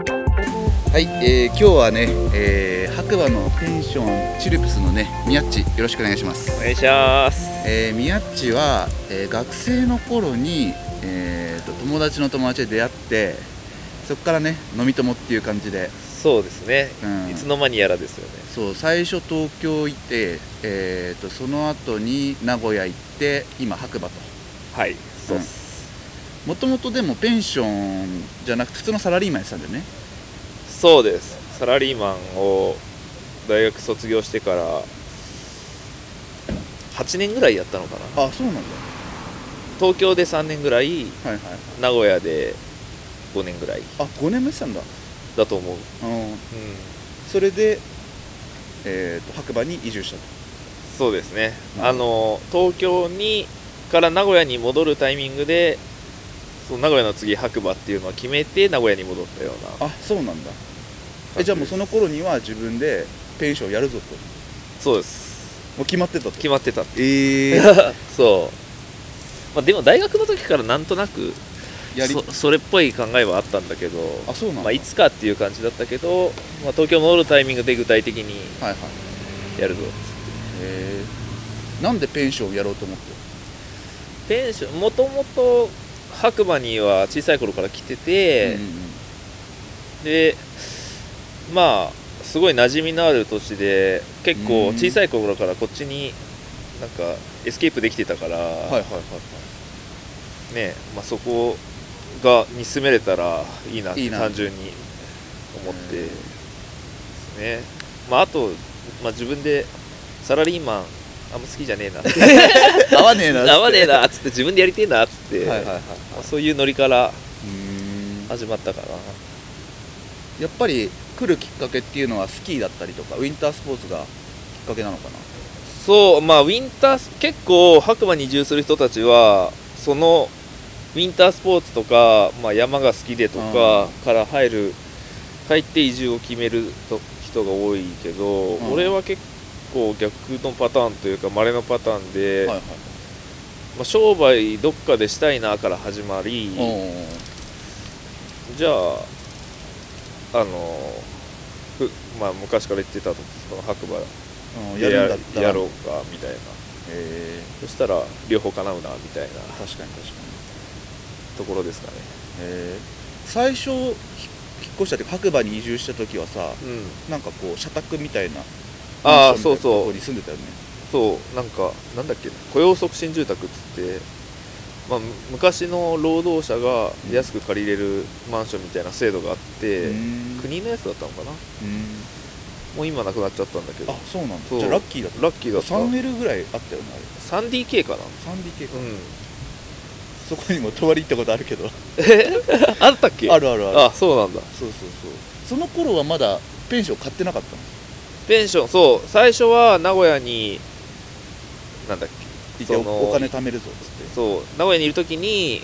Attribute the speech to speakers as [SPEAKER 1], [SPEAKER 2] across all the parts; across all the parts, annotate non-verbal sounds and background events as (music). [SPEAKER 1] はい、えー、今日はね、えー、白馬のペンションチルプスのね宮っちよろしくお願いします
[SPEAKER 2] お願いします
[SPEAKER 1] えー、宮っちは、えー、学生の頃に、えー、と友達の友達で出会ってそこからね飲み友っていう感じで
[SPEAKER 2] そうですね、
[SPEAKER 1] うん
[SPEAKER 2] いつの間にやらですよね
[SPEAKER 1] そう最初東京行って、えー、とその後に名古屋行って今白馬と
[SPEAKER 2] はいそうっす、
[SPEAKER 1] もともとでもペンションじゃなくて普通のサラリーマンやってたんだよね
[SPEAKER 2] そうですサラリーマンを大学卒業してから8年ぐらいやったのかな
[SPEAKER 1] あそうなんだ
[SPEAKER 2] 東京で3年ぐらい
[SPEAKER 1] はいはい
[SPEAKER 2] 名古屋で5年ぐらい
[SPEAKER 1] あ5年目したんだ
[SPEAKER 2] だと思う、うん、
[SPEAKER 1] うんそれで、えー、と白馬に移住したと
[SPEAKER 2] そうですね、
[SPEAKER 1] うん
[SPEAKER 2] あの東京にから名古屋に戻るタイミングでその名古屋の次白馬っていうのを決めて名古屋に戻ったような
[SPEAKER 1] あそうなんだえじゃあもうその頃には自分でペンションやるぞと
[SPEAKER 2] そうです
[SPEAKER 1] もう決まってたと
[SPEAKER 2] 決まってた
[SPEAKER 1] ええ
[SPEAKER 2] そう、まあ、でも大学の時からなんとなく
[SPEAKER 1] (laughs) やり
[SPEAKER 2] そそれっぽい考えはあったんだけど
[SPEAKER 1] あそうなんだ、
[SPEAKER 2] まあ、いつかっていう感じだったけど、まあ、東京戻るタイミングで具体的に
[SPEAKER 1] はいはい
[SPEAKER 2] やるぞ
[SPEAKER 1] えー、なんでペンションやろうと思って
[SPEAKER 2] ペンションもともと白馬には小さい頃から来てて、
[SPEAKER 1] うんうんうん
[SPEAKER 2] でまあすごい馴染みのある土地で結構
[SPEAKER 1] うん
[SPEAKER 2] 小さい頃からこっちになんかエスケープできてたから、
[SPEAKER 1] はいはいはいは
[SPEAKER 2] ねまあ、そこがに住めれたらいいなっ
[SPEAKER 1] い
[SPEAKER 2] て
[SPEAKER 1] いな
[SPEAKER 2] 単純に思って
[SPEAKER 1] うん
[SPEAKER 2] ですね、まあ、あと、まあ、自分でサラリーマンあんま好きじゃねえ (laughs) な
[SPEAKER 1] い (laughs) 合わねえな
[SPEAKER 2] 合わねえな
[SPEAKER 1] は
[SPEAKER 2] っ (laughs) つって自分でやりてえなっつって、
[SPEAKER 1] いはいはいはい
[SPEAKER 2] まあそういうノリから
[SPEAKER 1] うーん
[SPEAKER 2] 始まったかな
[SPEAKER 1] やっぱり来るきっかけっていうのはスキーだったりとかウィンタースポーツがきっかけなのかな
[SPEAKER 2] そうまあウィンタース結構白馬に移住する人たちはそのウィンタースポーツとか、まあ、山が好きでと
[SPEAKER 1] う
[SPEAKER 2] かから入る入って移住を決めると人が多いけど、
[SPEAKER 1] うん
[SPEAKER 2] 俺は結構逆のパターンというか稀のパターンで、
[SPEAKER 1] はいはい
[SPEAKER 2] まあ、商売どっかでしたいなから始まり、
[SPEAKER 1] おー
[SPEAKER 2] じゃああのふまあ、昔から言ってたとこの白馬
[SPEAKER 1] うんや
[SPEAKER 2] で
[SPEAKER 1] る
[SPEAKER 2] や
[SPEAKER 1] んだったら
[SPEAKER 2] やろうかみたいな
[SPEAKER 1] え
[SPEAKER 2] そしたら両方叶うなみたい
[SPEAKER 1] ー、
[SPEAKER 2] な
[SPEAKER 1] 確かに確かに
[SPEAKER 2] ところですかね
[SPEAKER 1] えー、最初ひ引っ越した時白馬に移住した時はさ
[SPEAKER 2] うん
[SPEAKER 1] なんかこう社宅みたいな
[SPEAKER 2] あ
[SPEAKER 1] マン
[SPEAKER 2] あ
[SPEAKER 1] ショ
[SPEAKER 2] そ
[SPEAKER 1] ン
[SPEAKER 2] う
[SPEAKER 1] みたいなとこ
[SPEAKER 2] そ
[SPEAKER 1] に住ん
[SPEAKER 2] う
[SPEAKER 1] でたよね
[SPEAKER 2] そうなんかなんだっけな雇用促進住宅っつって、まあ、む昔の労働者が安く借りれるマンションみたいな制度があって、
[SPEAKER 1] うーん
[SPEAKER 2] 国のやつだったのかな
[SPEAKER 1] うーん
[SPEAKER 2] もう今なくなっちゃったんだけど
[SPEAKER 1] あそうなんだ
[SPEAKER 2] そう
[SPEAKER 1] じゃあラッキーだった
[SPEAKER 2] ラッキーだった
[SPEAKER 1] 3L ぐらいあったよねあれ
[SPEAKER 2] 3DK か
[SPEAKER 1] 3DK
[SPEAKER 2] な
[SPEAKER 1] か、
[SPEAKER 2] うん
[SPEAKER 1] そこにも泊まり行ったことあるけど
[SPEAKER 2] (laughs) あったっけ
[SPEAKER 1] あるあるある
[SPEAKER 2] あそうなんだ
[SPEAKER 1] そうそうそうその頃はまだペンション買ってなかったの
[SPEAKER 2] ペンションそう最初は名古屋になんだっけ
[SPEAKER 1] いてお
[SPEAKER 2] その
[SPEAKER 1] お金貯めるぞっつって
[SPEAKER 2] そう名古屋にいる時に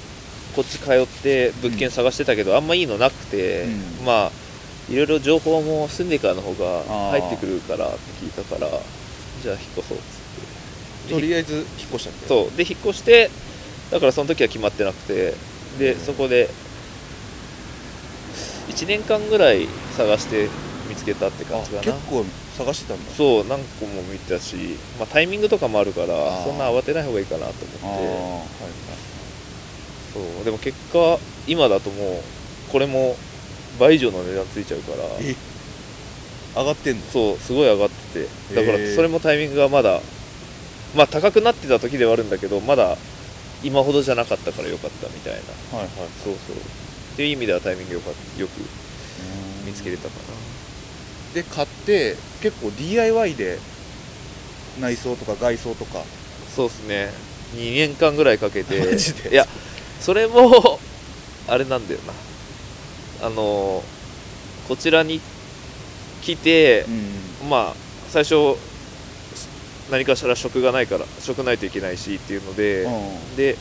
[SPEAKER 2] こっち通って物件探してたけど、あんまいいのなくて、
[SPEAKER 1] うん
[SPEAKER 2] まあいろいろ情報も住んでからの方が
[SPEAKER 1] あー
[SPEAKER 2] 入ってくるからって聞いたからじゃあ引っ越そうっつ
[SPEAKER 1] と
[SPEAKER 2] ってで
[SPEAKER 1] りあえず引っ越したんだよ
[SPEAKER 2] そうで引っ越してだからその時は決まってなくてで、
[SPEAKER 1] うん
[SPEAKER 2] そこで1年間ぐらい探して見つけたって
[SPEAKER 1] あ
[SPEAKER 2] 感じか
[SPEAKER 1] 結
[SPEAKER 2] な
[SPEAKER 1] 構探してたんだ
[SPEAKER 2] そう何個も見たし、まあ、タイミングとかもあるから
[SPEAKER 1] あー
[SPEAKER 2] そんな慌てない方がいいかなと
[SPEAKER 1] ああ
[SPEAKER 2] 思って
[SPEAKER 1] はい
[SPEAKER 2] そうでも結果今だともうこれも倍以上の値段ついちゃうから
[SPEAKER 1] はいえ上がってんの
[SPEAKER 2] そうすごい上がっててだか
[SPEAKER 1] へえ
[SPEAKER 2] らそれもタイミングがまだまあ高くなってた時ではあるんだけどまだ今ほどじゃなかったから良かったみたいな
[SPEAKER 1] はいはい
[SPEAKER 2] そうそうっていう意味ではタイミングよかよく見つけれたか
[SPEAKER 1] で買って結構 DIY で内装とか外装とか
[SPEAKER 2] なそうですね2年間ぐらいかけて
[SPEAKER 1] マジで
[SPEAKER 2] いやそれもあれなんだよなあのこちらに来て、
[SPEAKER 1] ん
[SPEAKER 2] まあ最初し何かしら職がないから職ないといけないしっていうので、で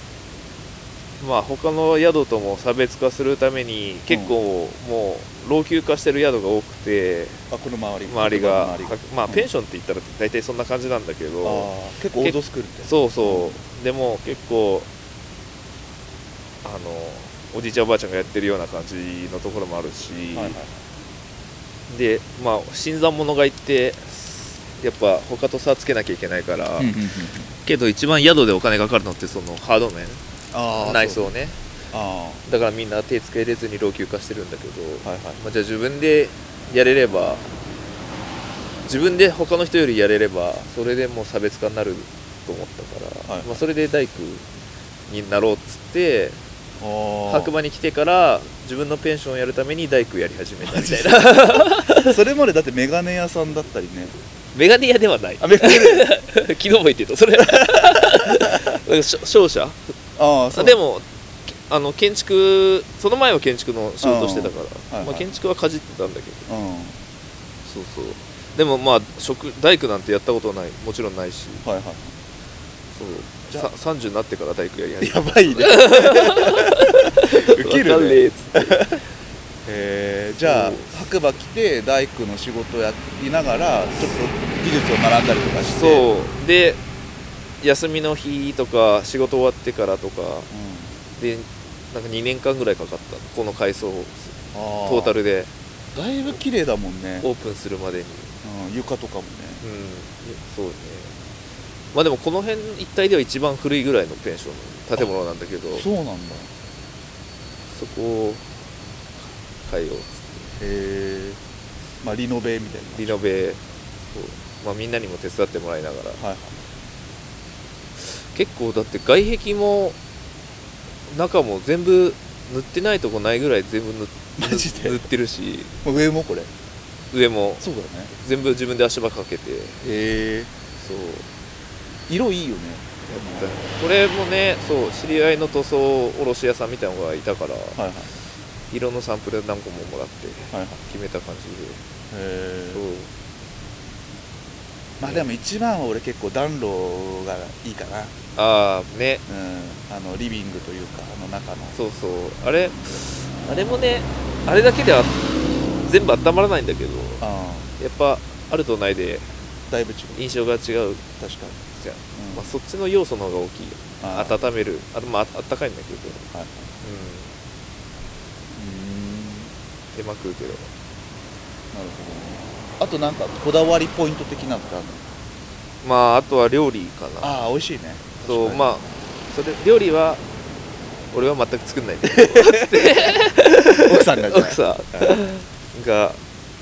[SPEAKER 2] まあ他の宿とも差別化するために結構もう老朽化してる宿が多くて
[SPEAKER 1] あこの周り
[SPEAKER 2] 周りが
[SPEAKER 1] この周り
[SPEAKER 2] まあ
[SPEAKER 1] うん
[SPEAKER 2] ペンションって言ったら大体そんな感じなんだけど、
[SPEAKER 1] あー結構オールドスクールって
[SPEAKER 2] そうそうでも結構あのおじいちゃんおばあちゃんがやってるような感じのところもあるし、
[SPEAKER 1] はいはい
[SPEAKER 2] でまあ新参者がいてやっぱ他と差つけなきゃいけないから、
[SPEAKER 1] うんうんうんうん
[SPEAKER 2] けど一番宿でお金かかるのってそのハード面
[SPEAKER 1] あー
[SPEAKER 2] 内装ね
[SPEAKER 1] あ
[SPEAKER 2] だからみんな手つけれずに老朽化してるんだけど、
[SPEAKER 1] はいはい
[SPEAKER 2] まあ、じゃあ自分でやれれば自分で他の人よりやれればそれでもう差別化になると思ったから、
[SPEAKER 1] はい
[SPEAKER 2] まあ、それで大工になろうっつって
[SPEAKER 1] あー
[SPEAKER 2] 白馬に来てから自分のペンションをやるために大工やり始めたみたい
[SPEAKER 1] (laughs)
[SPEAKER 2] な
[SPEAKER 1] それまでだってメガネ屋さんだったりね
[SPEAKER 2] (laughs) メガネ屋ではない
[SPEAKER 1] あメガネ
[SPEAKER 2] (laughs) 昨日も言ってたそれなんかしょ商社
[SPEAKER 1] (laughs) ああそう
[SPEAKER 2] でもけあの建築その前は建築の仕事してたから、
[SPEAKER 1] うんはいはい
[SPEAKER 2] まあ、建築はかじってたんだけど
[SPEAKER 1] うん
[SPEAKER 2] そうそうでもまあ職大工なんてやったことないもちろんないし
[SPEAKER 1] はいは
[SPEAKER 2] そう
[SPEAKER 1] じゃ
[SPEAKER 2] さ30になってから大工やり
[SPEAKER 1] い
[SPEAKER 2] 始
[SPEAKER 1] や
[SPEAKER 2] め
[SPEAKER 1] ば (laughs) いねウケるね
[SPEAKER 2] わかんねえっつって
[SPEAKER 1] えーじゃあ
[SPEAKER 2] そう
[SPEAKER 1] 白馬来て大工の仕事をやりながらちょっと技術を学んだりとかしてう、
[SPEAKER 2] そうで休みの日とか仕事終わってからとかでなんか2年間ぐらいかかったこの改装を
[SPEAKER 1] ん、あ
[SPEAKER 2] トータ
[SPEAKER 1] ル
[SPEAKER 2] ルで
[SPEAKER 1] だいぶ綺麗だもんね、
[SPEAKER 2] オープンするまでに
[SPEAKER 1] うん、床とかもね
[SPEAKER 2] うんそうねまあでもこの辺一帯では一番古いぐらいのペンション建物なんだけどそ
[SPEAKER 1] そうなんだ
[SPEAKER 2] こを変えようっつって
[SPEAKER 1] へえまあリノベみたい
[SPEAKER 2] リノベを、まあ、みんなにも手伝ってもらいながら
[SPEAKER 1] なはい
[SPEAKER 2] 結構だって外壁も中も全部塗ってないとこないぐらい全部塗っ
[SPEAKER 1] マジで
[SPEAKER 2] 塗ってるし
[SPEAKER 1] まあ上もこれ
[SPEAKER 2] 上も
[SPEAKER 1] そうだよね
[SPEAKER 2] 全部自分で足場かけて
[SPEAKER 1] へえ
[SPEAKER 2] そう
[SPEAKER 1] 色いいよね
[SPEAKER 2] これもねそう知り合いの塗装卸屋さんみたいなのがいたから、
[SPEAKER 1] はいはい
[SPEAKER 2] 色のサンプル何個ももらって
[SPEAKER 1] はいはいへ
[SPEAKER 2] 決めた感じで、
[SPEAKER 1] え
[SPEAKER 2] そう
[SPEAKER 1] まあでも一番は俺結構暖炉がいいかな
[SPEAKER 2] ああね
[SPEAKER 1] うんあのリビングというかあの中の
[SPEAKER 2] そうそうあれあれもねあれだけでは全部温まらないんだけど
[SPEAKER 1] あ
[SPEAKER 2] やっぱあるとないで
[SPEAKER 1] あだいぶ違う
[SPEAKER 2] 印象が違うじゃん、
[SPEAKER 1] 確かに、うん
[SPEAKER 2] まあ、そっちの要素の方が大きいよ
[SPEAKER 1] あー
[SPEAKER 2] 温めるあまああったかいんだけど、う
[SPEAKER 1] はいはい
[SPEAKER 2] ん、
[SPEAKER 1] う
[SPEAKER 2] 手間食うけど
[SPEAKER 1] ーんなるほどねあとなんかこだわりポイント的なのってあるの
[SPEAKER 2] まああとは料理かな
[SPEAKER 1] ああ美味しいね
[SPEAKER 2] そう
[SPEAKER 1] 確かに
[SPEAKER 2] まあそれ料理は俺は全く作
[SPEAKER 1] (laughs)
[SPEAKER 2] んないけどつって
[SPEAKER 1] 奥さんがじゃない
[SPEAKER 2] 奥さ
[SPEAKER 1] うん
[SPEAKER 2] んが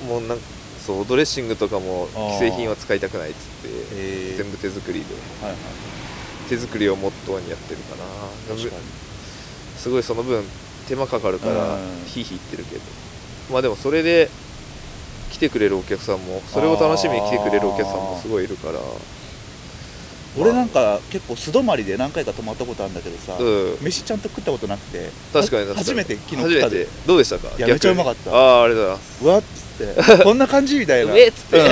[SPEAKER 2] もうなんかそうドレッシングとかも
[SPEAKER 1] あー
[SPEAKER 2] 既製品は使いたくないっつって
[SPEAKER 1] へえ
[SPEAKER 2] 全部手作りで
[SPEAKER 1] はいはい
[SPEAKER 2] 手作りをモットーにやってるかな
[SPEAKER 1] 確かに
[SPEAKER 2] すごいその分手間かかるから
[SPEAKER 1] うん
[SPEAKER 2] ひいひい言ってるけどまあでもそれで来てくれるお客さんもそれを楽しみに来てくれるお客さんもすごいいるから
[SPEAKER 1] 俺なんか結構素泊まりで何回か泊まったことあるんだけどさ、
[SPEAKER 2] うん
[SPEAKER 1] 飯ちゃんと食ったことなくて
[SPEAKER 2] 確かに確か
[SPEAKER 1] は
[SPEAKER 2] に
[SPEAKER 1] 初めて昨日
[SPEAKER 2] 初
[SPEAKER 1] 食っ
[SPEAKER 2] め
[SPEAKER 1] た
[SPEAKER 2] て
[SPEAKER 1] で
[SPEAKER 2] どうでしたか
[SPEAKER 1] いやめっちゃうまかった
[SPEAKER 2] 逆にああありがとうございます
[SPEAKER 1] うわっつって
[SPEAKER 2] (laughs)
[SPEAKER 1] こんな感じみたいな
[SPEAKER 2] うめえっつって
[SPEAKER 1] う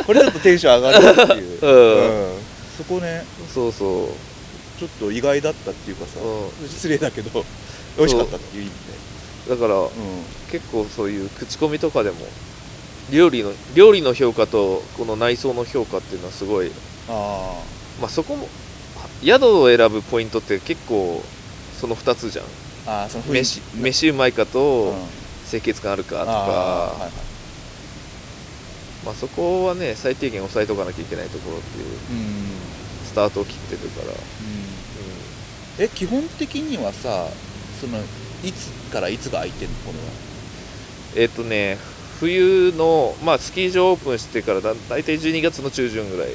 [SPEAKER 1] んこれだとテンション上がるっていう、
[SPEAKER 2] (laughs) うん
[SPEAKER 1] うんそこね
[SPEAKER 2] そうそう
[SPEAKER 1] ちょっと意外だったっていうかさ、
[SPEAKER 2] う
[SPEAKER 1] 失礼だけど美味しかったっていう意味で
[SPEAKER 2] だから
[SPEAKER 1] うん
[SPEAKER 2] 結構そういう口コミとかでも料理の料理の評価とこの内装の評価っていうのはすごい
[SPEAKER 1] あ
[SPEAKER 2] まあそこも宿を選ぶポイントって結構その2つじゃん
[SPEAKER 1] ーあーその雰囲
[SPEAKER 2] 飯
[SPEAKER 1] 気
[SPEAKER 2] 飯うまいか
[SPEAKER 1] うん
[SPEAKER 2] と清潔感あるかとか、
[SPEAKER 1] あーはいはい
[SPEAKER 2] まあ、そこはね最低限抑えとかなきゃいけないところっていう
[SPEAKER 1] うんうん
[SPEAKER 2] スタートを切ってるから、
[SPEAKER 1] え基本的にはさそのいつからいつが空いてんのこれは
[SPEAKER 2] えっ、とね冬の、まあ、スキー場オープンしてからだ大体12月の中旬ぐらい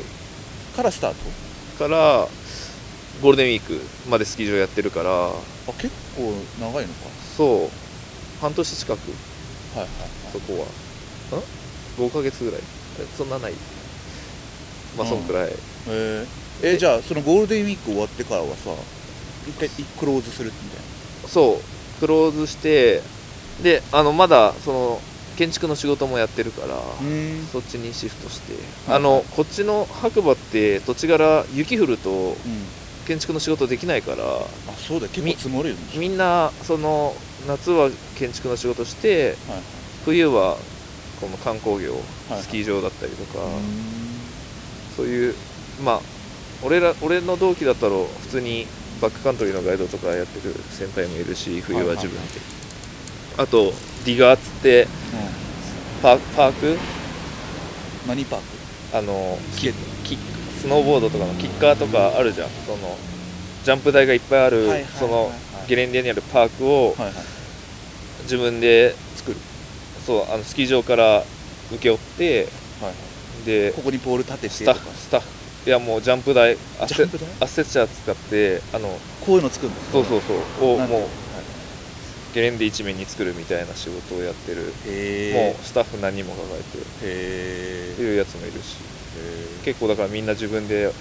[SPEAKER 1] からスタート
[SPEAKER 2] からゴールデンウィークまでスキー場やってるから
[SPEAKER 1] あ結構長いのか
[SPEAKER 2] そう半年近く
[SPEAKER 1] はいはい
[SPEAKER 2] そこはん5ヶ月ぐらいあれそんなないまあそんくらい、
[SPEAKER 1] へええ
[SPEAKER 2] で
[SPEAKER 1] じゃあそのゴールデンウィーク終わってからはさ一回いクローズするみたい
[SPEAKER 2] そうクローズしてであのまだその建築の仕事もやってるから、
[SPEAKER 1] なうん
[SPEAKER 2] そっちにシフトして、
[SPEAKER 1] はい
[SPEAKER 2] あのこっちの白馬って土地柄雪降ると
[SPEAKER 1] うん
[SPEAKER 2] 建築の仕事できないから
[SPEAKER 1] あそうだよ結構積もるよね
[SPEAKER 2] みんなその夏は建築の仕事して
[SPEAKER 1] はいはい
[SPEAKER 2] 冬はこの観光業、
[SPEAKER 1] はい
[SPEAKER 2] スキー場だったりとか、
[SPEAKER 1] うーん
[SPEAKER 2] そういうまあ俺ら俺の同期だったら普通にバックカントリーのガイドとかやってる先輩もいるし冬は自分で、
[SPEAKER 1] はいはい
[SPEAKER 2] あとディガーっつって
[SPEAKER 1] う
[SPEAKER 2] パーパーク
[SPEAKER 1] 何パーク
[SPEAKER 2] あの
[SPEAKER 1] スケート
[SPEAKER 2] キックスノーボードとかのキッカーとかあるじゃんそのジャンプ台がいっぱいある、
[SPEAKER 1] はいはいはいはい
[SPEAKER 2] そのゲレンデにあるパークを
[SPEAKER 1] はいはい
[SPEAKER 2] 自分で
[SPEAKER 1] 作る
[SPEAKER 2] そうあのスキー場から請け負って
[SPEAKER 1] はいはい
[SPEAKER 2] で
[SPEAKER 1] ここにポール立て
[SPEAKER 2] ス
[SPEAKER 1] て
[SPEAKER 2] タ
[SPEAKER 1] と
[SPEAKER 2] ッ
[SPEAKER 1] か
[SPEAKER 2] フスタッフいやもうジャンプ台ア
[SPEAKER 1] ジャ
[SPEAKER 2] セ
[SPEAKER 1] ンプ台
[SPEAKER 2] アセッチャー使ってあの
[SPEAKER 1] こういうの作るんだ
[SPEAKER 2] そうそうそうを
[SPEAKER 1] なるほど
[SPEAKER 2] もうゲレンデ一面に作るみたいな仕事をやってる、
[SPEAKER 1] へ
[SPEAKER 2] もうスタッフ何人も抱えて
[SPEAKER 1] えへ
[SPEAKER 2] って
[SPEAKER 1] え
[SPEAKER 2] いうやつもいるし
[SPEAKER 1] へ
[SPEAKER 2] 結構だからみんな自分で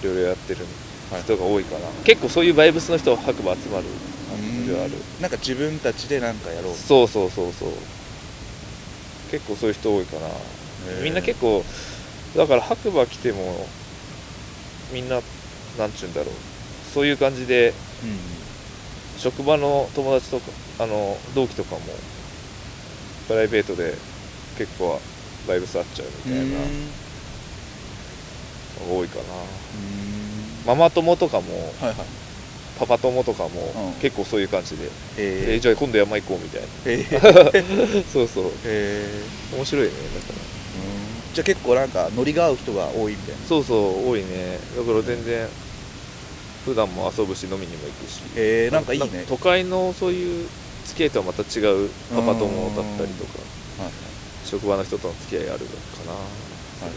[SPEAKER 2] いろいろやってる
[SPEAKER 1] はい
[SPEAKER 2] 人が多いかな、結構そういうバイブスの人は白馬集まる
[SPEAKER 1] うん
[SPEAKER 2] いろいろある
[SPEAKER 1] なんか自分たちでなんかやろう
[SPEAKER 2] そうそうそうそう結構そういう人多いかな
[SPEAKER 1] へー
[SPEAKER 2] みんな結構だから白馬来てもみんななんちゅうんだろうそういう感じで
[SPEAKER 1] うん
[SPEAKER 2] 職場の友達とかあの同期とかもプライベートで結構バイブス合っちゃうみたいな
[SPEAKER 1] う
[SPEAKER 2] の
[SPEAKER 1] ん
[SPEAKER 2] が多いかな
[SPEAKER 1] ま
[SPEAKER 2] ママ友とかも
[SPEAKER 1] はいはい
[SPEAKER 2] パパ友とかも、
[SPEAKER 1] うん
[SPEAKER 2] 結構そういう感じで、え
[SPEAKER 1] え
[SPEAKER 2] ーじゃあ今度山行こうみたい
[SPEAKER 1] ー、
[SPEAKER 2] な (laughs) そうそう
[SPEAKER 1] え
[SPEAKER 2] 面白いねだから
[SPEAKER 1] ー、じゃあ結構なんかノリが合う人が多いみたいな
[SPEAKER 2] そうそう多いねだから全然普段も遊ぶし飲みにも行くし
[SPEAKER 1] えー、なんかいいね
[SPEAKER 2] なんか都会のそういう付き合いとはまた違うパパ友だったりとか
[SPEAKER 1] はい
[SPEAKER 2] 職場の人との付き合いあるのかなそれは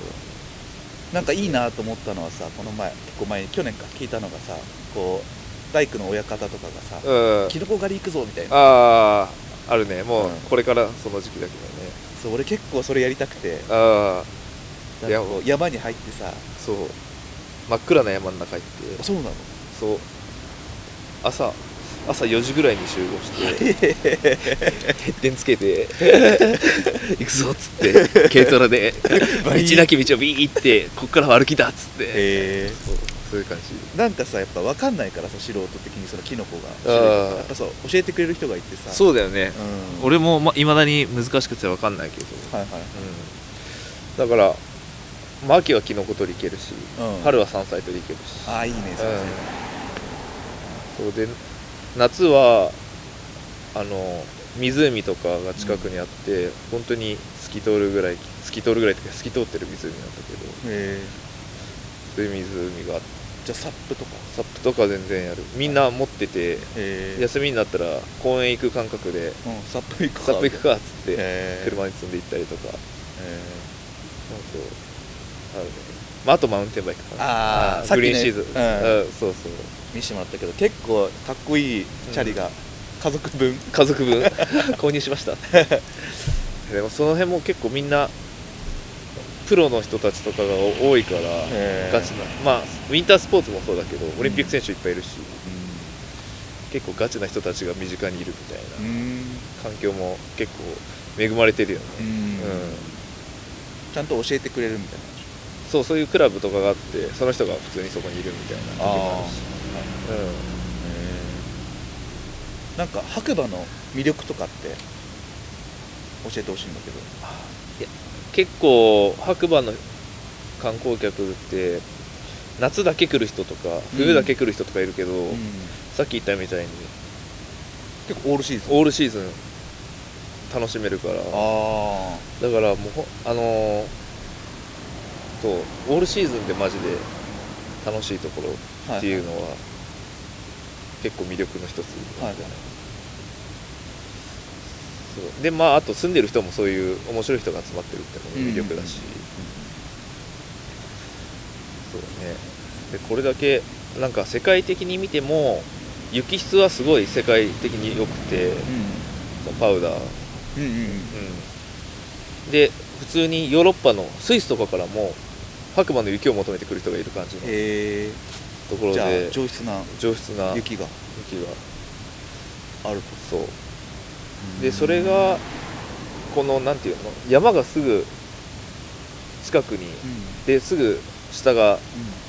[SPEAKER 1] なんかいいなと思ったのはさこの前結構前に去年か聞いたのがさこう大工の親方とかがさ
[SPEAKER 2] うん
[SPEAKER 1] キノコ狩り行くぞみたいな
[SPEAKER 2] あああるねもう
[SPEAKER 1] うん
[SPEAKER 2] これからその時期だけどね
[SPEAKER 1] そう俺結構それやりたくて
[SPEAKER 2] あ
[SPEAKER 1] なん
[SPEAKER 2] いや
[SPEAKER 1] かこう山に入ってさ
[SPEAKER 2] あそう真っ暗な山の中行って
[SPEAKER 1] そうなの
[SPEAKER 2] そう朝朝4時ぐらいに集合して (laughs) 鉄点つけ (laughs) て行くぞっつって軽トラで道 (laughs)
[SPEAKER 1] バリー
[SPEAKER 2] なき道をビーってこっからは歩きだっつって
[SPEAKER 1] へえ
[SPEAKER 2] そうそういう感じ
[SPEAKER 1] なんかさやっぱ分かんないからさ素人的にそのキノコが
[SPEAKER 2] あー
[SPEAKER 1] やっぱそう教えてくれる人がいてさう、
[SPEAKER 2] そうだよね、
[SPEAKER 1] ん、
[SPEAKER 2] 俺もま未だに難しくて分かんないけど、
[SPEAKER 1] はいはい
[SPEAKER 2] うん、だから、まあ、秋はキノコ取り行けるし、
[SPEAKER 1] うん
[SPEAKER 2] 春は山菜取り行けるし
[SPEAKER 1] ああいいねそれ、
[SPEAKER 2] うんそうで夏はあの湖とかが近くにあって、本当に透き通るぐらい透き通るぐらいっていうか透き通ってる湖なんだけど
[SPEAKER 1] へえ
[SPEAKER 2] そういう湖があって
[SPEAKER 1] じゃあサップとか
[SPEAKER 2] サップとか全然やるみんな持って
[SPEAKER 1] へ
[SPEAKER 2] て
[SPEAKER 1] え
[SPEAKER 2] 休みになったら公園行く感覚で
[SPEAKER 1] うん、サップ行くか
[SPEAKER 2] サップ行くかっつって
[SPEAKER 1] へえ
[SPEAKER 2] 車に積んで行ったりと
[SPEAKER 1] へ
[SPEAKER 2] かそうそうあるね、まあ、あとマウンテンバイクかな
[SPEAKER 1] あー
[SPEAKER 2] うん
[SPEAKER 1] さっ
[SPEAKER 2] グ
[SPEAKER 1] きね
[SPEAKER 2] リーンシーズン、
[SPEAKER 1] うん
[SPEAKER 2] うんそうそう
[SPEAKER 1] え見せてもらったけど結構かっこいいチャリが家族分、
[SPEAKER 2] 家族分 (laughs) 購入しました (laughs) でもその辺も結構みんなプロの人たちとかが多いから
[SPEAKER 1] へー
[SPEAKER 2] ガチなまあウィンタースポーツもそうだけどオリンピック選手いっぱいいるし、結構ガチな人たちが身近にいるみた
[SPEAKER 1] う
[SPEAKER 2] いなん環境も結構恵まれてるよね
[SPEAKER 1] うん、
[SPEAKER 2] うん
[SPEAKER 1] ちゃんと教えてくれるみたい
[SPEAKER 2] そうそういうクラブとかがあってその人が普通にそこにいるみたいな時もあるしうん
[SPEAKER 1] ななんか白馬の魅力とかって教えてほしいんだけど
[SPEAKER 2] いや結構白馬の観光客って夏だけ来る人とか冬だけ来る人とかいるけど、さっき言ったみたいに
[SPEAKER 1] 結構オールシーズン
[SPEAKER 2] オールシーズン楽しめるからだか
[SPEAKER 1] あ
[SPEAKER 2] らもうほあのーそうオールシーズンでマジで楽しいところ
[SPEAKER 1] あ
[SPEAKER 2] っていうのは結構魅力の一つ
[SPEAKER 1] はいはい
[SPEAKER 2] そうでまああと住んでる人もそういう面白い人が集まってるっていうのも魅力だし、そうねでこれだけなんか世界的に見ても雪質はすごい世界的に良くてそのパウダー、う
[SPEAKER 1] うんうんうんうん
[SPEAKER 2] ん、で普通にヨーロッパのスイスとかからも白馬の雪を求めてくる人がいる感じの
[SPEAKER 1] へえ
[SPEAKER 2] ところ
[SPEAKER 1] じゃあ
[SPEAKER 2] で
[SPEAKER 1] 上質な
[SPEAKER 2] 上質な雪
[SPEAKER 1] 雪が
[SPEAKER 2] が
[SPEAKER 1] ある
[SPEAKER 2] そう
[SPEAKER 1] と
[SPEAKER 2] でそれがこのなんていうの山がすぐ近くに
[SPEAKER 1] うん
[SPEAKER 2] ですぐ下が
[SPEAKER 1] うん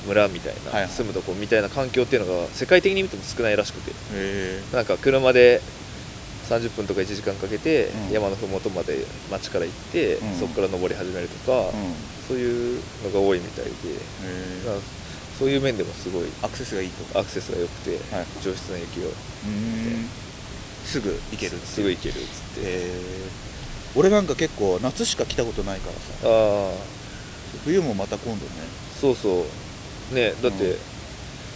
[SPEAKER 2] 村みたいな、
[SPEAKER 1] はいはい
[SPEAKER 2] 住むとこみたいな環境っていうのが世界的に見ても少ないらしくて
[SPEAKER 1] へ
[SPEAKER 2] なんか車で30分とか1時間かけて
[SPEAKER 1] うん
[SPEAKER 2] 山の麓まで町から行って、
[SPEAKER 1] うん
[SPEAKER 2] そこから登り始めるとか、
[SPEAKER 1] えうんへ
[SPEAKER 2] そういうのが多いみたいで、だか
[SPEAKER 1] え
[SPEAKER 2] らそういう面でもすごい
[SPEAKER 1] アクセスがいいと
[SPEAKER 2] アクセスが良くて、
[SPEAKER 1] はい
[SPEAKER 2] 上質な雪を
[SPEAKER 1] うんすぐ行ける
[SPEAKER 2] すすぐ行けるっつっ
[SPEAKER 1] へ
[SPEAKER 2] て、
[SPEAKER 1] え俺なんか結構夏しか来たことないからさ
[SPEAKER 2] ああ
[SPEAKER 1] 冬もまた今度ね
[SPEAKER 2] そうそうねだって、
[SPEAKER 1] うん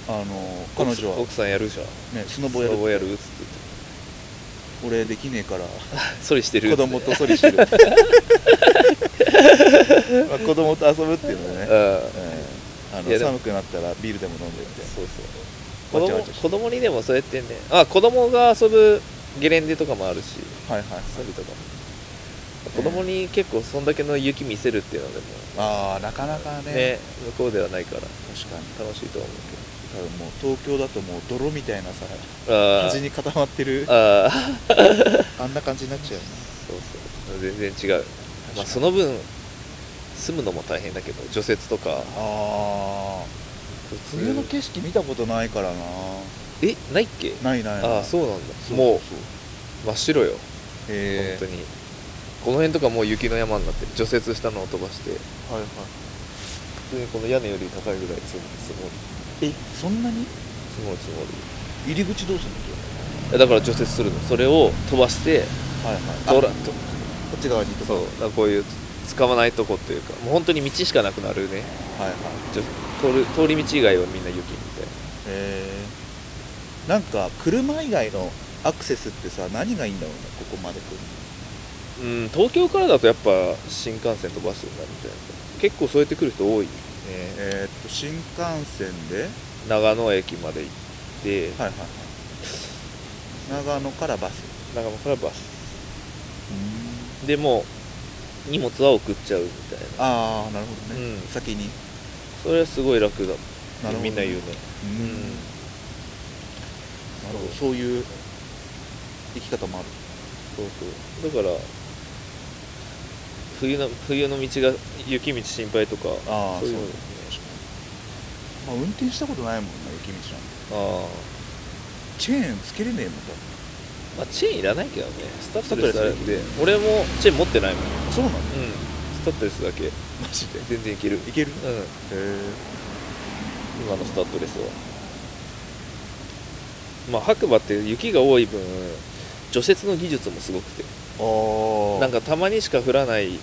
[SPEAKER 1] あの彼女は
[SPEAKER 2] 奥、さんやるじゃん
[SPEAKER 1] ね、スノボ
[SPEAKER 2] ス
[SPEAKER 1] や
[SPEAKER 2] ノ
[SPEAKER 1] る
[SPEAKER 2] ボやるっつって
[SPEAKER 1] 俺できねえから
[SPEAKER 2] 言ってそりしてる
[SPEAKER 1] 子供とソリ
[SPEAKER 2] (laughs)
[SPEAKER 1] してる、まあ、子供と遊ぶっていうので
[SPEAKER 2] う
[SPEAKER 1] ね、
[SPEAKER 2] ん
[SPEAKER 1] うんあ
[SPEAKER 2] そういや
[SPEAKER 1] の
[SPEAKER 2] でも
[SPEAKER 1] 寒くなったらビールでも飲んでみて
[SPEAKER 2] そう子
[SPEAKER 1] わちゃ
[SPEAKER 2] 供
[SPEAKER 1] わちゃして
[SPEAKER 2] 子供にでもそうやってねあ子供が遊ぶゲレンデとかもあるし
[SPEAKER 1] はいはいはい
[SPEAKER 2] 遊びとかも子供に結構そんだけの雪見せるっていうのでも
[SPEAKER 1] ああなかなかね
[SPEAKER 2] ね向こうではないから
[SPEAKER 1] 確かに
[SPEAKER 2] 楽しいと思う
[SPEAKER 1] 多分もう東京だともう泥みたいなさ
[SPEAKER 2] けどああ
[SPEAKER 1] 端に固まってる
[SPEAKER 2] ああ
[SPEAKER 1] あんな感じになっちゃうよね
[SPEAKER 2] そうそう全然違う、まあ、その分住むのも大変だけど除雪とか
[SPEAKER 1] ああ冬の景色見たことないからな
[SPEAKER 2] えないっけ
[SPEAKER 1] ないないない
[SPEAKER 2] ああそうなんだ
[SPEAKER 1] そう
[SPEAKER 2] も
[SPEAKER 1] そ
[SPEAKER 2] う
[SPEAKER 1] う
[SPEAKER 2] 真っ白よ
[SPEAKER 1] へえ
[SPEAKER 2] 本当にこの辺とかもう雪の山になってる除雪したのを飛ばして
[SPEAKER 1] はいはい
[SPEAKER 2] 普通にこの屋根より高いぐらい積もる積もる
[SPEAKER 1] えそんなに
[SPEAKER 2] 積もる積もる
[SPEAKER 1] 入り口どうするんだ
[SPEAKER 2] えだから除雪するのそれを飛ばして
[SPEAKER 1] はい
[SPEAKER 2] ド
[SPEAKER 1] こ
[SPEAKER 2] ラと
[SPEAKER 1] っち側に行く
[SPEAKER 2] そうだからこういうつ使わないとこっていうかもう本当に道しかなくなるね
[SPEAKER 1] はいはい
[SPEAKER 2] じゃ通る通り道以外はみんな雪みたいな
[SPEAKER 1] へえなんか車以外のアクセスってさ何がいいんだろうねここまで来る
[SPEAKER 2] うん東京からだとやっぱ新幹線とバスになるみたいな結構そうやって来る人多いね
[SPEAKER 1] えー、っと新幹線で
[SPEAKER 2] 長野駅まで行って
[SPEAKER 1] はいはいはい長野からバス
[SPEAKER 2] 長野からバスでもう荷物は送っちゃうみたいな
[SPEAKER 1] ああなるほどね、
[SPEAKER 2] うん
[SPEAKER 1] 先に
[SPEAKER 2] それはすごい楽だ
[SPEAKER 1] なるほど
[SPEAKER 2] みんな言うね
[SPEAKER 1] うん
[SPEAKER 2] う
[SPEAKER 1] な
[SPEAKER 2] ん
[SPEAKER 1] るほどそういう生き方もある
[SPEAKER 2] そうそうだから冬の冬の道が雪道心配とか
[SPEAKER 1] ああ
[SPEAKER 2] そういうの
[SPEAKER 1] そう
[SPEAKER 2] ね
[SPEAKER 1] まあ運転したことないもんな雪道なんて
[SPEAKER 2] あ
[SPEAKER 1] チェーンつけれねえもんだって
[SPEAKER 2] あまあチェーンいらないけどねスタッド
[SPEAKER 1] スタッドレ
[SPEAKER 2] レ
[SPEAKER 1] ス
[SPEAKER 2] スだけで俺もチェーン持ってないもんうん
[SPEAKER 1] そうなの
[SPEAKER 2] スタッドレスだけ
[SPEAKER 1] マジで
[SPEAKER 2] 全然いける
[SPEAKER 1] いける
[SPEAKER 2] うん
[SPEAKER 1] へ
[SPEAKER 2] 今のスタッドレスはまあ白馬って雪が多い分除雪の技術もすごくて
[SPEAKER 1] えああ
[SPEAKER 2] なんかたまにしか降らない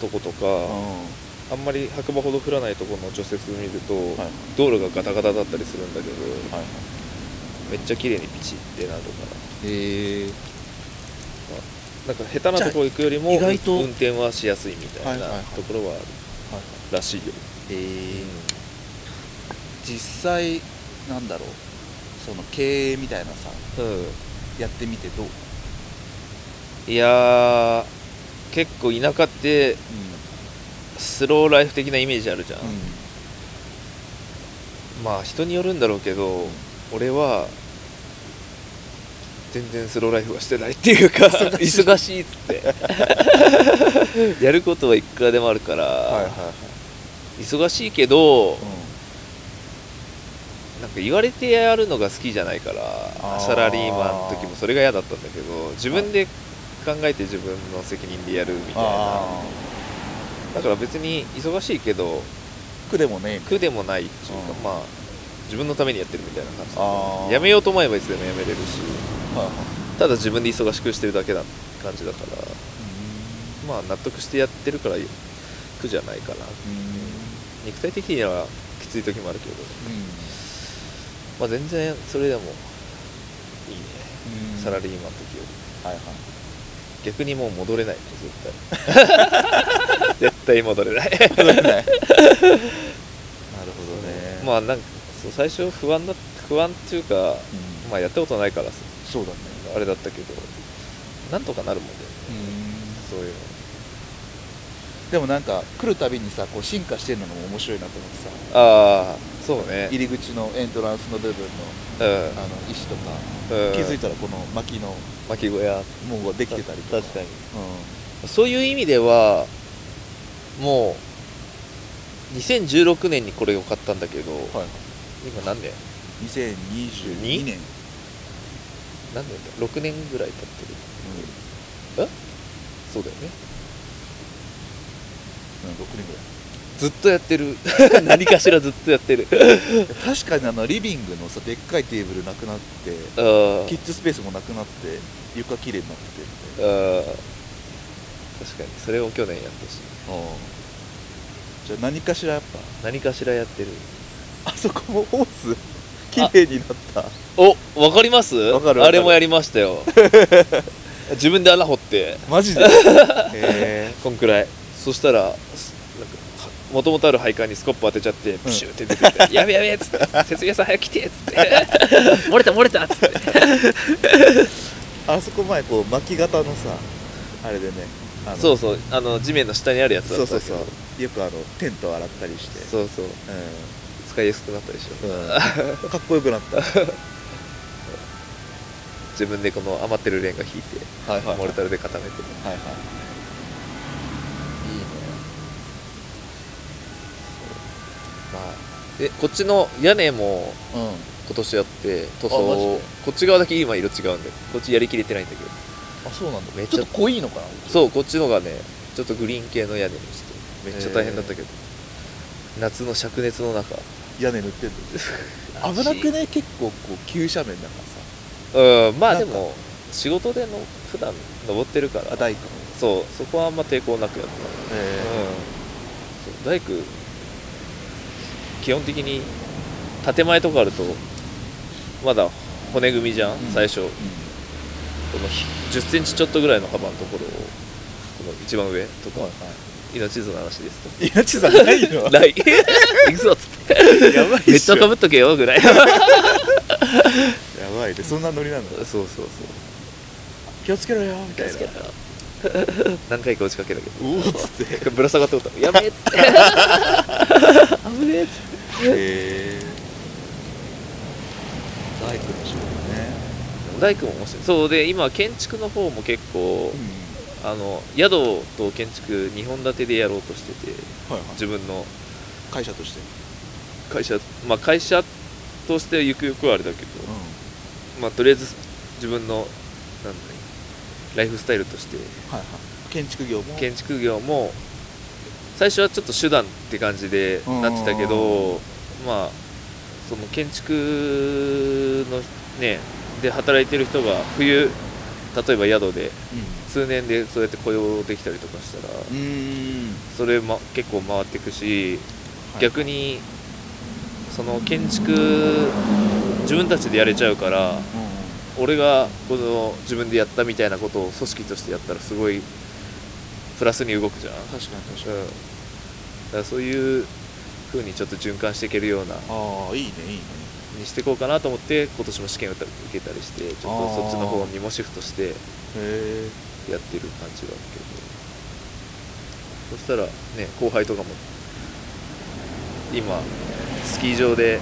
[SPEAKER 2] とことか
[SPEAKER 1] う
[SPEAKER 2] あんまり白馬ほど降らないとこの除雪を見ると、
[SPEAKER 1] はい
[SPEAKER 2] 道路がガタガタだったりするんだけど、
[SPEAKER 1] んはいはい
[SPEAKER 2] めっちゃ綺麗にピチってなるから
[SPEAKER 1] へえ
[SPEAKER 2] なんか下手なとこ行くよりも
[SPEAKER 1] じゃあ意外と
[SPEAKER 2] 運転はしやすいみたいな
[SPEAKER 1] はいはいはい
[SPEAKER 2] ところはある
[SPEAKER 1] はい
[SPEAKER 2] らしいよ、
[SPEAKER 1] え実際なんだろうその経営みたいなさ
[SPEAKER 2] うん
[SPEAKER 1] やってみてどう、
[SPEAKER 2] いやー結構田舎ってスローライフ的なイメージあるじゃん、
[SPEAKER 1] う
[SPEAKER 2] まあ人によるんだろうけど俺は全然スローライフはしてないっていうか忙しいっつっ
[SPEAKER 1] (laughs)
[SPEAKER 2] てやることはいくらでもあるから、
[SPEAKER 1] んはいはいはい、
[SPEAKER 2] 忙しいけど
[SPEAKER 1] うん、
[SPEAKER 2] なんか言われてやるのが好きじゃないから
[SPEAKER 1] あー
[SPEAKER 2] サラリーマンの時もそれが嫌だったんだけど自分で考えて自分の責任でやるみたいな
[SPEAKER 1] あ
[SPEAKER 2] だから別に忙しいけど
[SPEAKER 1] あ苦でもね
[SPEAKER 2] 苦でもないっていうか
[SPEAKER 1] うん
[SPEAKER 2] まあ自分のためにやってるみたいな感じ
[SPEAKER 1] あー
[SPEAKER 2] やめようと思えばいつでもやめれるし
[SPEAKER 1] はいはい
[SPEAKER 2] ただ自分で忙しくしてるだけな感じだから
[SPEAKER 1] う
[SPEAKER 2] まあ納得してやってるから苦じゃないかな肉体的にはきつい時もあるけど、
[SPEAKER 1] ん
[SPEAKER 2] まあ、全然それでもいいね、
[SPEAKER 1] うん
[SPEAKER 2] サラリーマンの時より
[SPEAKER 1] はいはい
[SPEAKER 2] 逆にもう戻れないね絶
[SPEAKER 1] (laughs)
[SPEAKER 2] 対絶対戻れない
[SPEAKER 1] なるほどね
[SPEAKER 2] まあなんかそう最初不安だ不安っていうか、
[SPEAKER 1] うん
[SPEAKER 2] まあやったことないからさ
[SPEAKER 1] そうだね
[SPEAKER 2] あれだったけどなんとかなるもんだよね
[SPEAKER 1] うん
[SPEAKER 2] そういうの
[SPEAKER 1] でもなんか来るたびにさこう進化してるのも面白いなと思ってさ
[SPEAKER 2] ああそうね
[SPEAKER 1] 入り口のエントランスの部分の
[SPEAKER 2] うん
[SPEAKER 1] あの石とか、
[SPEAKER 2] うん
[SPEAKER 1] 気づいたらこの薪の
[SPEAKER 2] 巻き小屋
[SPEAKER 1] 門ができてたりとか
[SPEAKER 2] 確かに
[SPEAKER 1] う
[SPEAKER 2] そういう意味ではもう2016年にこれを買ったんだけど、
[SPEAKER 1] んはい、
[SPEAKER 2] 今何年
[SPEAKER 1] 2022年、
[SPEAKER 2] 何年だ6年ぐらい経ってるそうだよね
[SPEAKER 1] うんうん、6年ぐ
[SPEAKER 2] ずっとやって
[SPEAKER 1] (laughs)
[SPEAKER 2] る何かしらずっとやってる
[SPEAKER 1] らい確かにあのリビングのさでっかいテーブルなくなって
[SPEAKER 2] あー
[SPEAKER 1] キッズスペースもなくなって床きれいになってて
[SPEAKER 2] あー確かにそれを去年やったし
[SPEAKER 1] じゃあ何かしらやっ
[SPEAKER 2] 何かしらやってる
[SPEAKER 1] ぱあそこもホース綺麗になった
[SPEAKER 2] おわかります
[SPEAKER 1] わかるわかる
[SPEAKER 2] あれもやりまし
[SPEAKER 1] (laughs)
[SPEAKER 2] たよ自分で穴掘って
[SPEAKER 1] マジでへ (laughs) え
[SPEAKER 2] こんくらいそしたらすなんかもともとある配管にスコップ当てちゃってプシューって出てき
[SPEAKER 1] (laughs)
[SPEAKER 2] て「やべやべ」っつって「説明さん早く来て」っつって「漏れた漏れた」っつって
[SPEAKER 1] あそこ前こう巻き型のさあれでねあの
[SPEAKER 2] そうそうあの地面の下にあるやつだ
[SPEAKER 1] そ
[SPEAKER 2] っ
[SPEAKER 1] う
[SPEAKER 2] た
[SPEAKER 1] そ
[SPEAKER 2] ん
[SPEAKER 1] うそ
[SPEAKER 2] だけど
[SPEAKER 1] うよくあのテント洗ったりして
[SPEAKER 2] そうそう
[SPEAKER 1] う
[SPEAKER 2] 使いやすくなったでしょ、
[SPEAKER 1] ん、うん、かっこよくなった
[SPEAKER 2] 自分でこの余ってるレンガ引いて
[SPEAKER 1] はいはい
[SPEAKER 2] モルタルで固めて
[SPEAKER 1] はいはいいいね
[SPEAKER 2] まあでこっちの屋根も
[SPEAKER 1] うん
[SPEAKER 2] 今年やって塗装
[SPEAKER 1] あマ
[SPEAKER 2] を
[SPEAKER 1] ジ
[SPEAKER 2] こっち側だけ今色違うんでこっちやりきれてないんだけど
[SPEAKER 1] あそうなんだ
[SPEAKER 2] めっち
[SPEAKER 1] ち
[SPEAKER 2] ゃ
[SPEAKER 1] ょっと濃いのかな
[SPEAKER 2] そうこっちのがねちょっとグリーン系の屋根にしてめっちゃ大変だったけど、夏の灼熱の中
[SPEAKER 1] 屋根塗ってん (laughs) の危なくね結構こう急斜面だからさ
[SPEAKER 2] うんまあで
[SPEAKER 1] なん
[SPEAKER 2] も仕事での普段登ってるか
[SPEAKER 1] あ
[SPEAKER 2] ら
[SPEAKER 1] 大工
[SPEAKER 2] そうそこはあんま抵抗なくやった
[SPEAKER 1] え
[SPEAKER 2] うんそう大工基本的に建前とかあるとまだ骨組みじゃん、
[SPEAKER 1] ん
[SPEAKER 2] 最初こ
[SPEAKER 1] うん
[SPEAKER 2] の1 0ンチちょっとぐらいの幅のところをこの一番上とか、
[SPEAKER 1] はいは
[SPEAKER 2] 命綱の話ですと
[SPEAKER 1] い命さ (laughs) ないの
[SPEAKER 2] ない (laughs) 行くぞっつって
[SPEAKER 1] やばい
[SPEAKER 2] め
[SPEAKER 1] っ
[SPEAKER 2] っち
[SPEAKER 1] し
[SPEAKER 2] ゃ
[SPEAKER 1] ょ
[SPEAKER 2] かぶっとけよ
[SPEAKER 1] (laughs)
[SPEAKER 2] ぐらい
[SPEAKER 1] やばいでそんなノリなんだ
[SPEAKER 2] そうそうそう
[SPEAKER 1] 気をつけろよみ
[SPEAKER 2] 気
[SPEAKER 1] た
[SPEAKER 2] を
[SPEAKER 1] い
[SPEAKER 2] つ
[SPEAKER 1] な
[SPEAKER 2] けろよ (laughs) 何回か落ちかけたけ
[SPEAKER 1] うおーっつって
[SPEAKER 2] どぶら下がってことやべえっつって危ねえっつっ
[SPEAKER 1] へ
[SPEAKER 2] て
[SPEAKER 1] え大工の仕事ね
[SPEAKER 2] 大工も面白いそうで今建築の方も結構、
[SPEAKER 1] うん
[SPEAKER 2] あの宿と建築2本立てでやろうとしてて
[SPEAKER 1] はいはい
[SPEAKER 2] 自分の
[SPEAKER 1] 会社として
[SPEAKER 2] 会社まあ会社としてゆくゆくはあれだけど、
[SPEAKER 1] ん
[SPEAKER 2] まあとりあえず自分のなんだろうライフスタイルとして
[SPEAKER 1] はいはい建築業も
[SPEAKER 2] 建築業も最初はちょっと手段って感じで
[SPEAKER 1] うん
[SPEAKER 2] なってたけどまあその建築のねで働いてる人が冬例えば宿で
[SPEAKER 1] う
[SPEAKER 2] 数年でそうやって雇用できたりとかしたら、
[SPEAKER 1] んうーん
[SPEAKER 2] それ、ま、結構回っていくし、
[SPEAKER 1] はい
[SPEAKER 2] 逆にその建築自分たちでやれちゃうから
[SPEAKER 1] うんうん
[SPEAKER 2] 俺がこの自分でやったみたいなことを組織としてやったらすごいプラスに動くじゃん、うん、だ
[SPEAKER 1] 確かに確かに
[SPEAKER 2] からそういう風にちょっと循環していけるような
[SPEAKER 1] ああいいねいいね
[SPEAKER 2] にしていこうかなと思って今年も試験受けたりしてちょっとそっちの方にもシフトして
[SPEAKER 1] へえ
[SPEAKER 2] やってる感じだけどそしたらね後輩とかも今スキー場で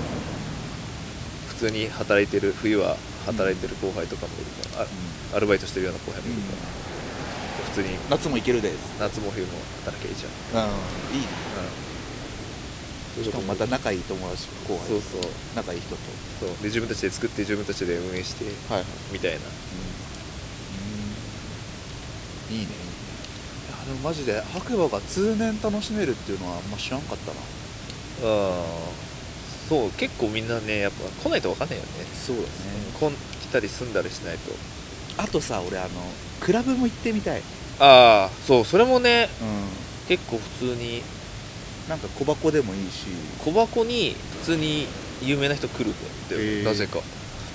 [SPEAKER 2] 普通に働いてる冬は働いてる後輩とかもいるから、あアルバイトしてるような後輩もいるから、普通に
[SPEAKER 1] 夏も行けるです
[SPEAKER 2] 夏も冬も働けちゃう
[SPEAKER 1] うんいいね
[SPEAKER 2] うん
[SPEAKER 1] しかもまた仲いい友達後輩
[SPEAKER 2] そうそう
[SPEAKER 1] 仲いい人と
[SPEAKER 2] そうで自分たちで作って自分たちで運営して
[SPEAKER 1] はいはい
[SPEAKER 2] みたいな
[SPEAKER 1] うんいいねいいねいやでもマジで白馬が通年楽しめるっていうのはあんま知らんかったな
[SPEAKER 2] あそう結構みんなねやっぱ来ないと分かんないよね
[SPEAKER 1] そうだね
[SPEAKER 2] こん来たり住んだりしないと
[SPEAKER 1] あとさ俺あのクラブも行ってみたい
[SPEAKER 2] ああそうそれもね
[SPEAKER 1] うん
[SPEAKER 2] 結構普通に
[SPEAKER 1] なんか小箱でもいいし
[SPEAKER 2] 小箱に普通に有名な人来るんだよ、
[SPEAKER 1] へえ
[SPEAKER 2] なぜか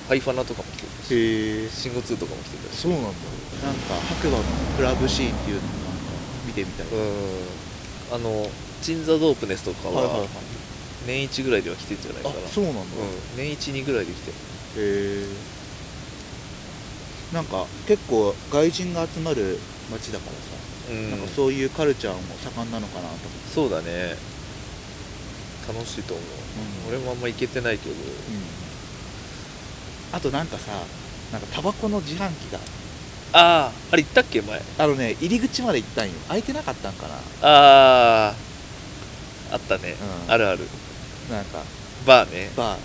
[SPEAKER 2] ハイファナとかも来てたし
[SPEAKER 1] へえ
[SPEAKER 2] シンゴ2とかも来てたし
[SPEAKER 1] そうなんだなんか白馬のクラブシーンっていうのもなんか見てみたい、
[SPEAKER 2] うんあの鎮座ドープネスとか
[SPEAKER 1] はいはいは
[SPEAKER 2] はい年一ぐらいでは来てんじゃないかな、
[SPEAKER 1] あそうなんだ、
[SPEAKER 2] うん
[SPEAKER 1] へ
[SPEAKER 2] 年一二ぐらいで来てる
[SPEAKER 1] えなんか結構外人が集まる街だからさ、
[SPEAKER 2] うん
[SPEAKER 1] なんかそういうカルチャーも盛んなのかなと思って、
[SPEAKER 2] そうだね楽しいと思う、
[SPEAKER 1] うん
[SPEAKER 2] 俺もあんま行けてないけど
[SPEAKER 1] あとなんかさなんかタバコの自販機が
[SPEAKER 2] あああれ行ったっけ前
[SPEAKER 1] あのね入り口まで行ったんよ開いてなかったんかな
[SPEAKER 2] あああったね、
[SPEAKER 1] うん
[SPEAKER 2] あるある
[SPEAKER 1] なんか
[SPEAKER 2] バーね
[SPEAKER 1] バ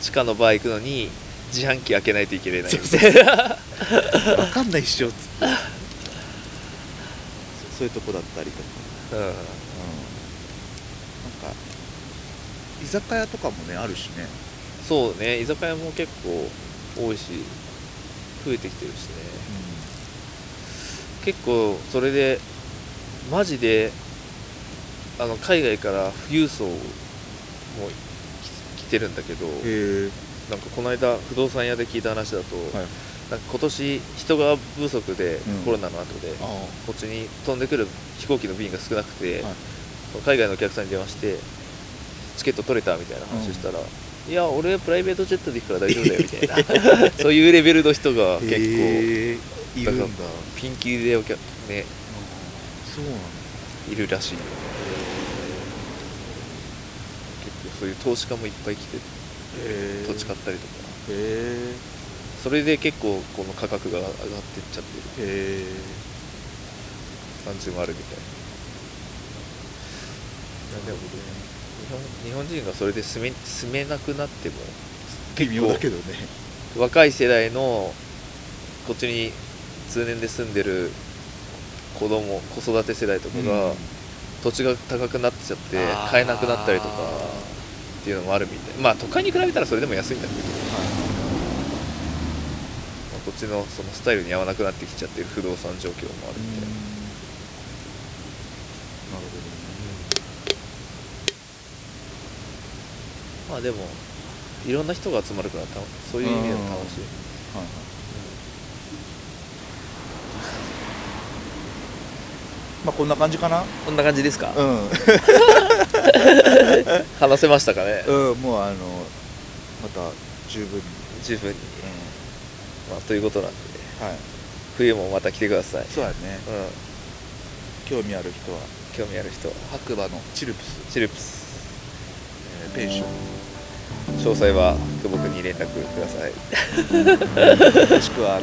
[SPEAKER 2] 地下のバー行くのに自販機開けないといけないみたい
[SPEAKER 1] そ
[SPEAKER 2] な
[SPEAKER 1] うそーわかんないっしょっつって (laughs) そそういうとこだったりとか
[SPEAKER 2] うん
[SPEAKER 1] なんか居酒屋とかもねあるしね
[SPEAKER 2] そうね居酒屋も結構多いし増えてきてるしね結構それでマジであの海外から富裕層もき来てるんだけど
[SPEAKER 1] へえ
[SPEAKER 2] なんかこの間不動産屋で聞いた話だと、
[SPEAKER 1] はい
[SPEAKER 2] なんか今年人が不足で、
[SPEAKER 1] うん
[SPEAKER 2] コロナの後で
[SPEAKER 1] ああ
[SPEAKER 2] こっちに飛んでくる飛行機の便が少なくて、
[SPEAKER 1] はい
[SPEAKER 2] 海外のお客さんに電話してチケット取れたみたいな話したら、いや俺プライベートジェットで行くから大丈夫だよみたい
[SPEAKER 1] (laughs)
[SPEAKER 2] なそういうレベルの人が結構
[SPEAKER 1] へえいるんだ
[SPEAKER 2] だピンキリでお客、ね、
[SPEAKER 1] そうなんだ
[SPEAKER 2] いるらしいよ結構そういう投資家もいっぱい来て
[SPEAKER 1] へえ
[SPEAKER 2] 土地買ったりとか
[SPEAKER 1] へ
[SPEAKER 2] それで結構この価格が上がってっちゃってる
[SPEAKER 1] えへ
[SPEAKER 2] 感じもあるみたいな。いやでも日本日本人がそれで住め住めなくなっても
[SPEAKER 1] え微妙だけどね
[SPEAKER 2] 若い世代のこっちに通年で住んでる子供子育て世代とかが、
[SPEAKER 1] うん
[SPEAKER 2] 土地が高くなっちゃって
[SPEAKER 1] あー
[SPEAKER 2] 買えなくなったりとかっていうのもあるみたいまあ都会に比べたらそれでも安いんだけど、まあこっちのそのスタイルに合わなくなってきちゃってる不動産状況もあるみたいな。
[SPEAKER 1] なるほどね
[SPEAKER 2] まあでもいろんな人が集まるからたそういう意味でも楽しい、
[SPEAKER 1] はいはいまあこんな感じかな
[SPEAKER 2] こんな感じですか、
[SPEAKER 1] う
[SPEAKER 2] (laughs) 話せましたかね、
[SPEAKER 1] (laughs) ん、うん、もうあのまた十分に、
[SPEAKER 2] 十分に、まあ、ということなんで
[SPEAKER 1] はい
[SPEAKER 2] 冬もまた来てください
[SPEAKER 1] そうだね
[SPEAKER 2] うん
[SPEAKER 1] 興味ある人は
[SPEAKER 2] 興味ある人は
[SPEAKER 1] 白馬のチルプス、
[SPEAKER 2] チルプス
[SPEAKER 1] えーペンション
[SPEAKER 2] 詳細は久保君に連絡くだ
[SPEAKER 1] (laughs)
[SPEAKER 2] さい
[SPEAKER 1] もしくはあの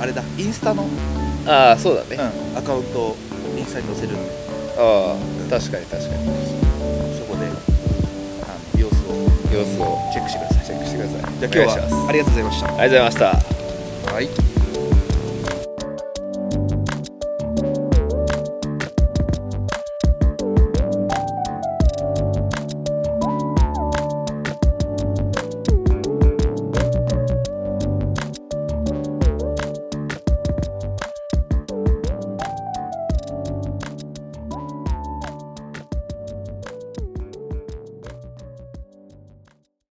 [SPEAKER 1] あれだインスタの、
[SPEAKER 2] ああそうだね、あ
[SPEAKER 1] うんアカウントをインスタに載せるんで
[SPEAKER 2] あ確かに確かに
[SPEAKER 1] そこであの様子を
[SPEAKER 2] 様子を
[SPEAKER 1] チェックしてください
[SPEAKER 2] チェックしてください
[SPEAKER 1] じゃあ今日
[SPEAKER 2] お願いします
[SPEAKER 1] はありがとうございました
[SPEAKER 2] ありがとうございました
[SPEAKER 1] はい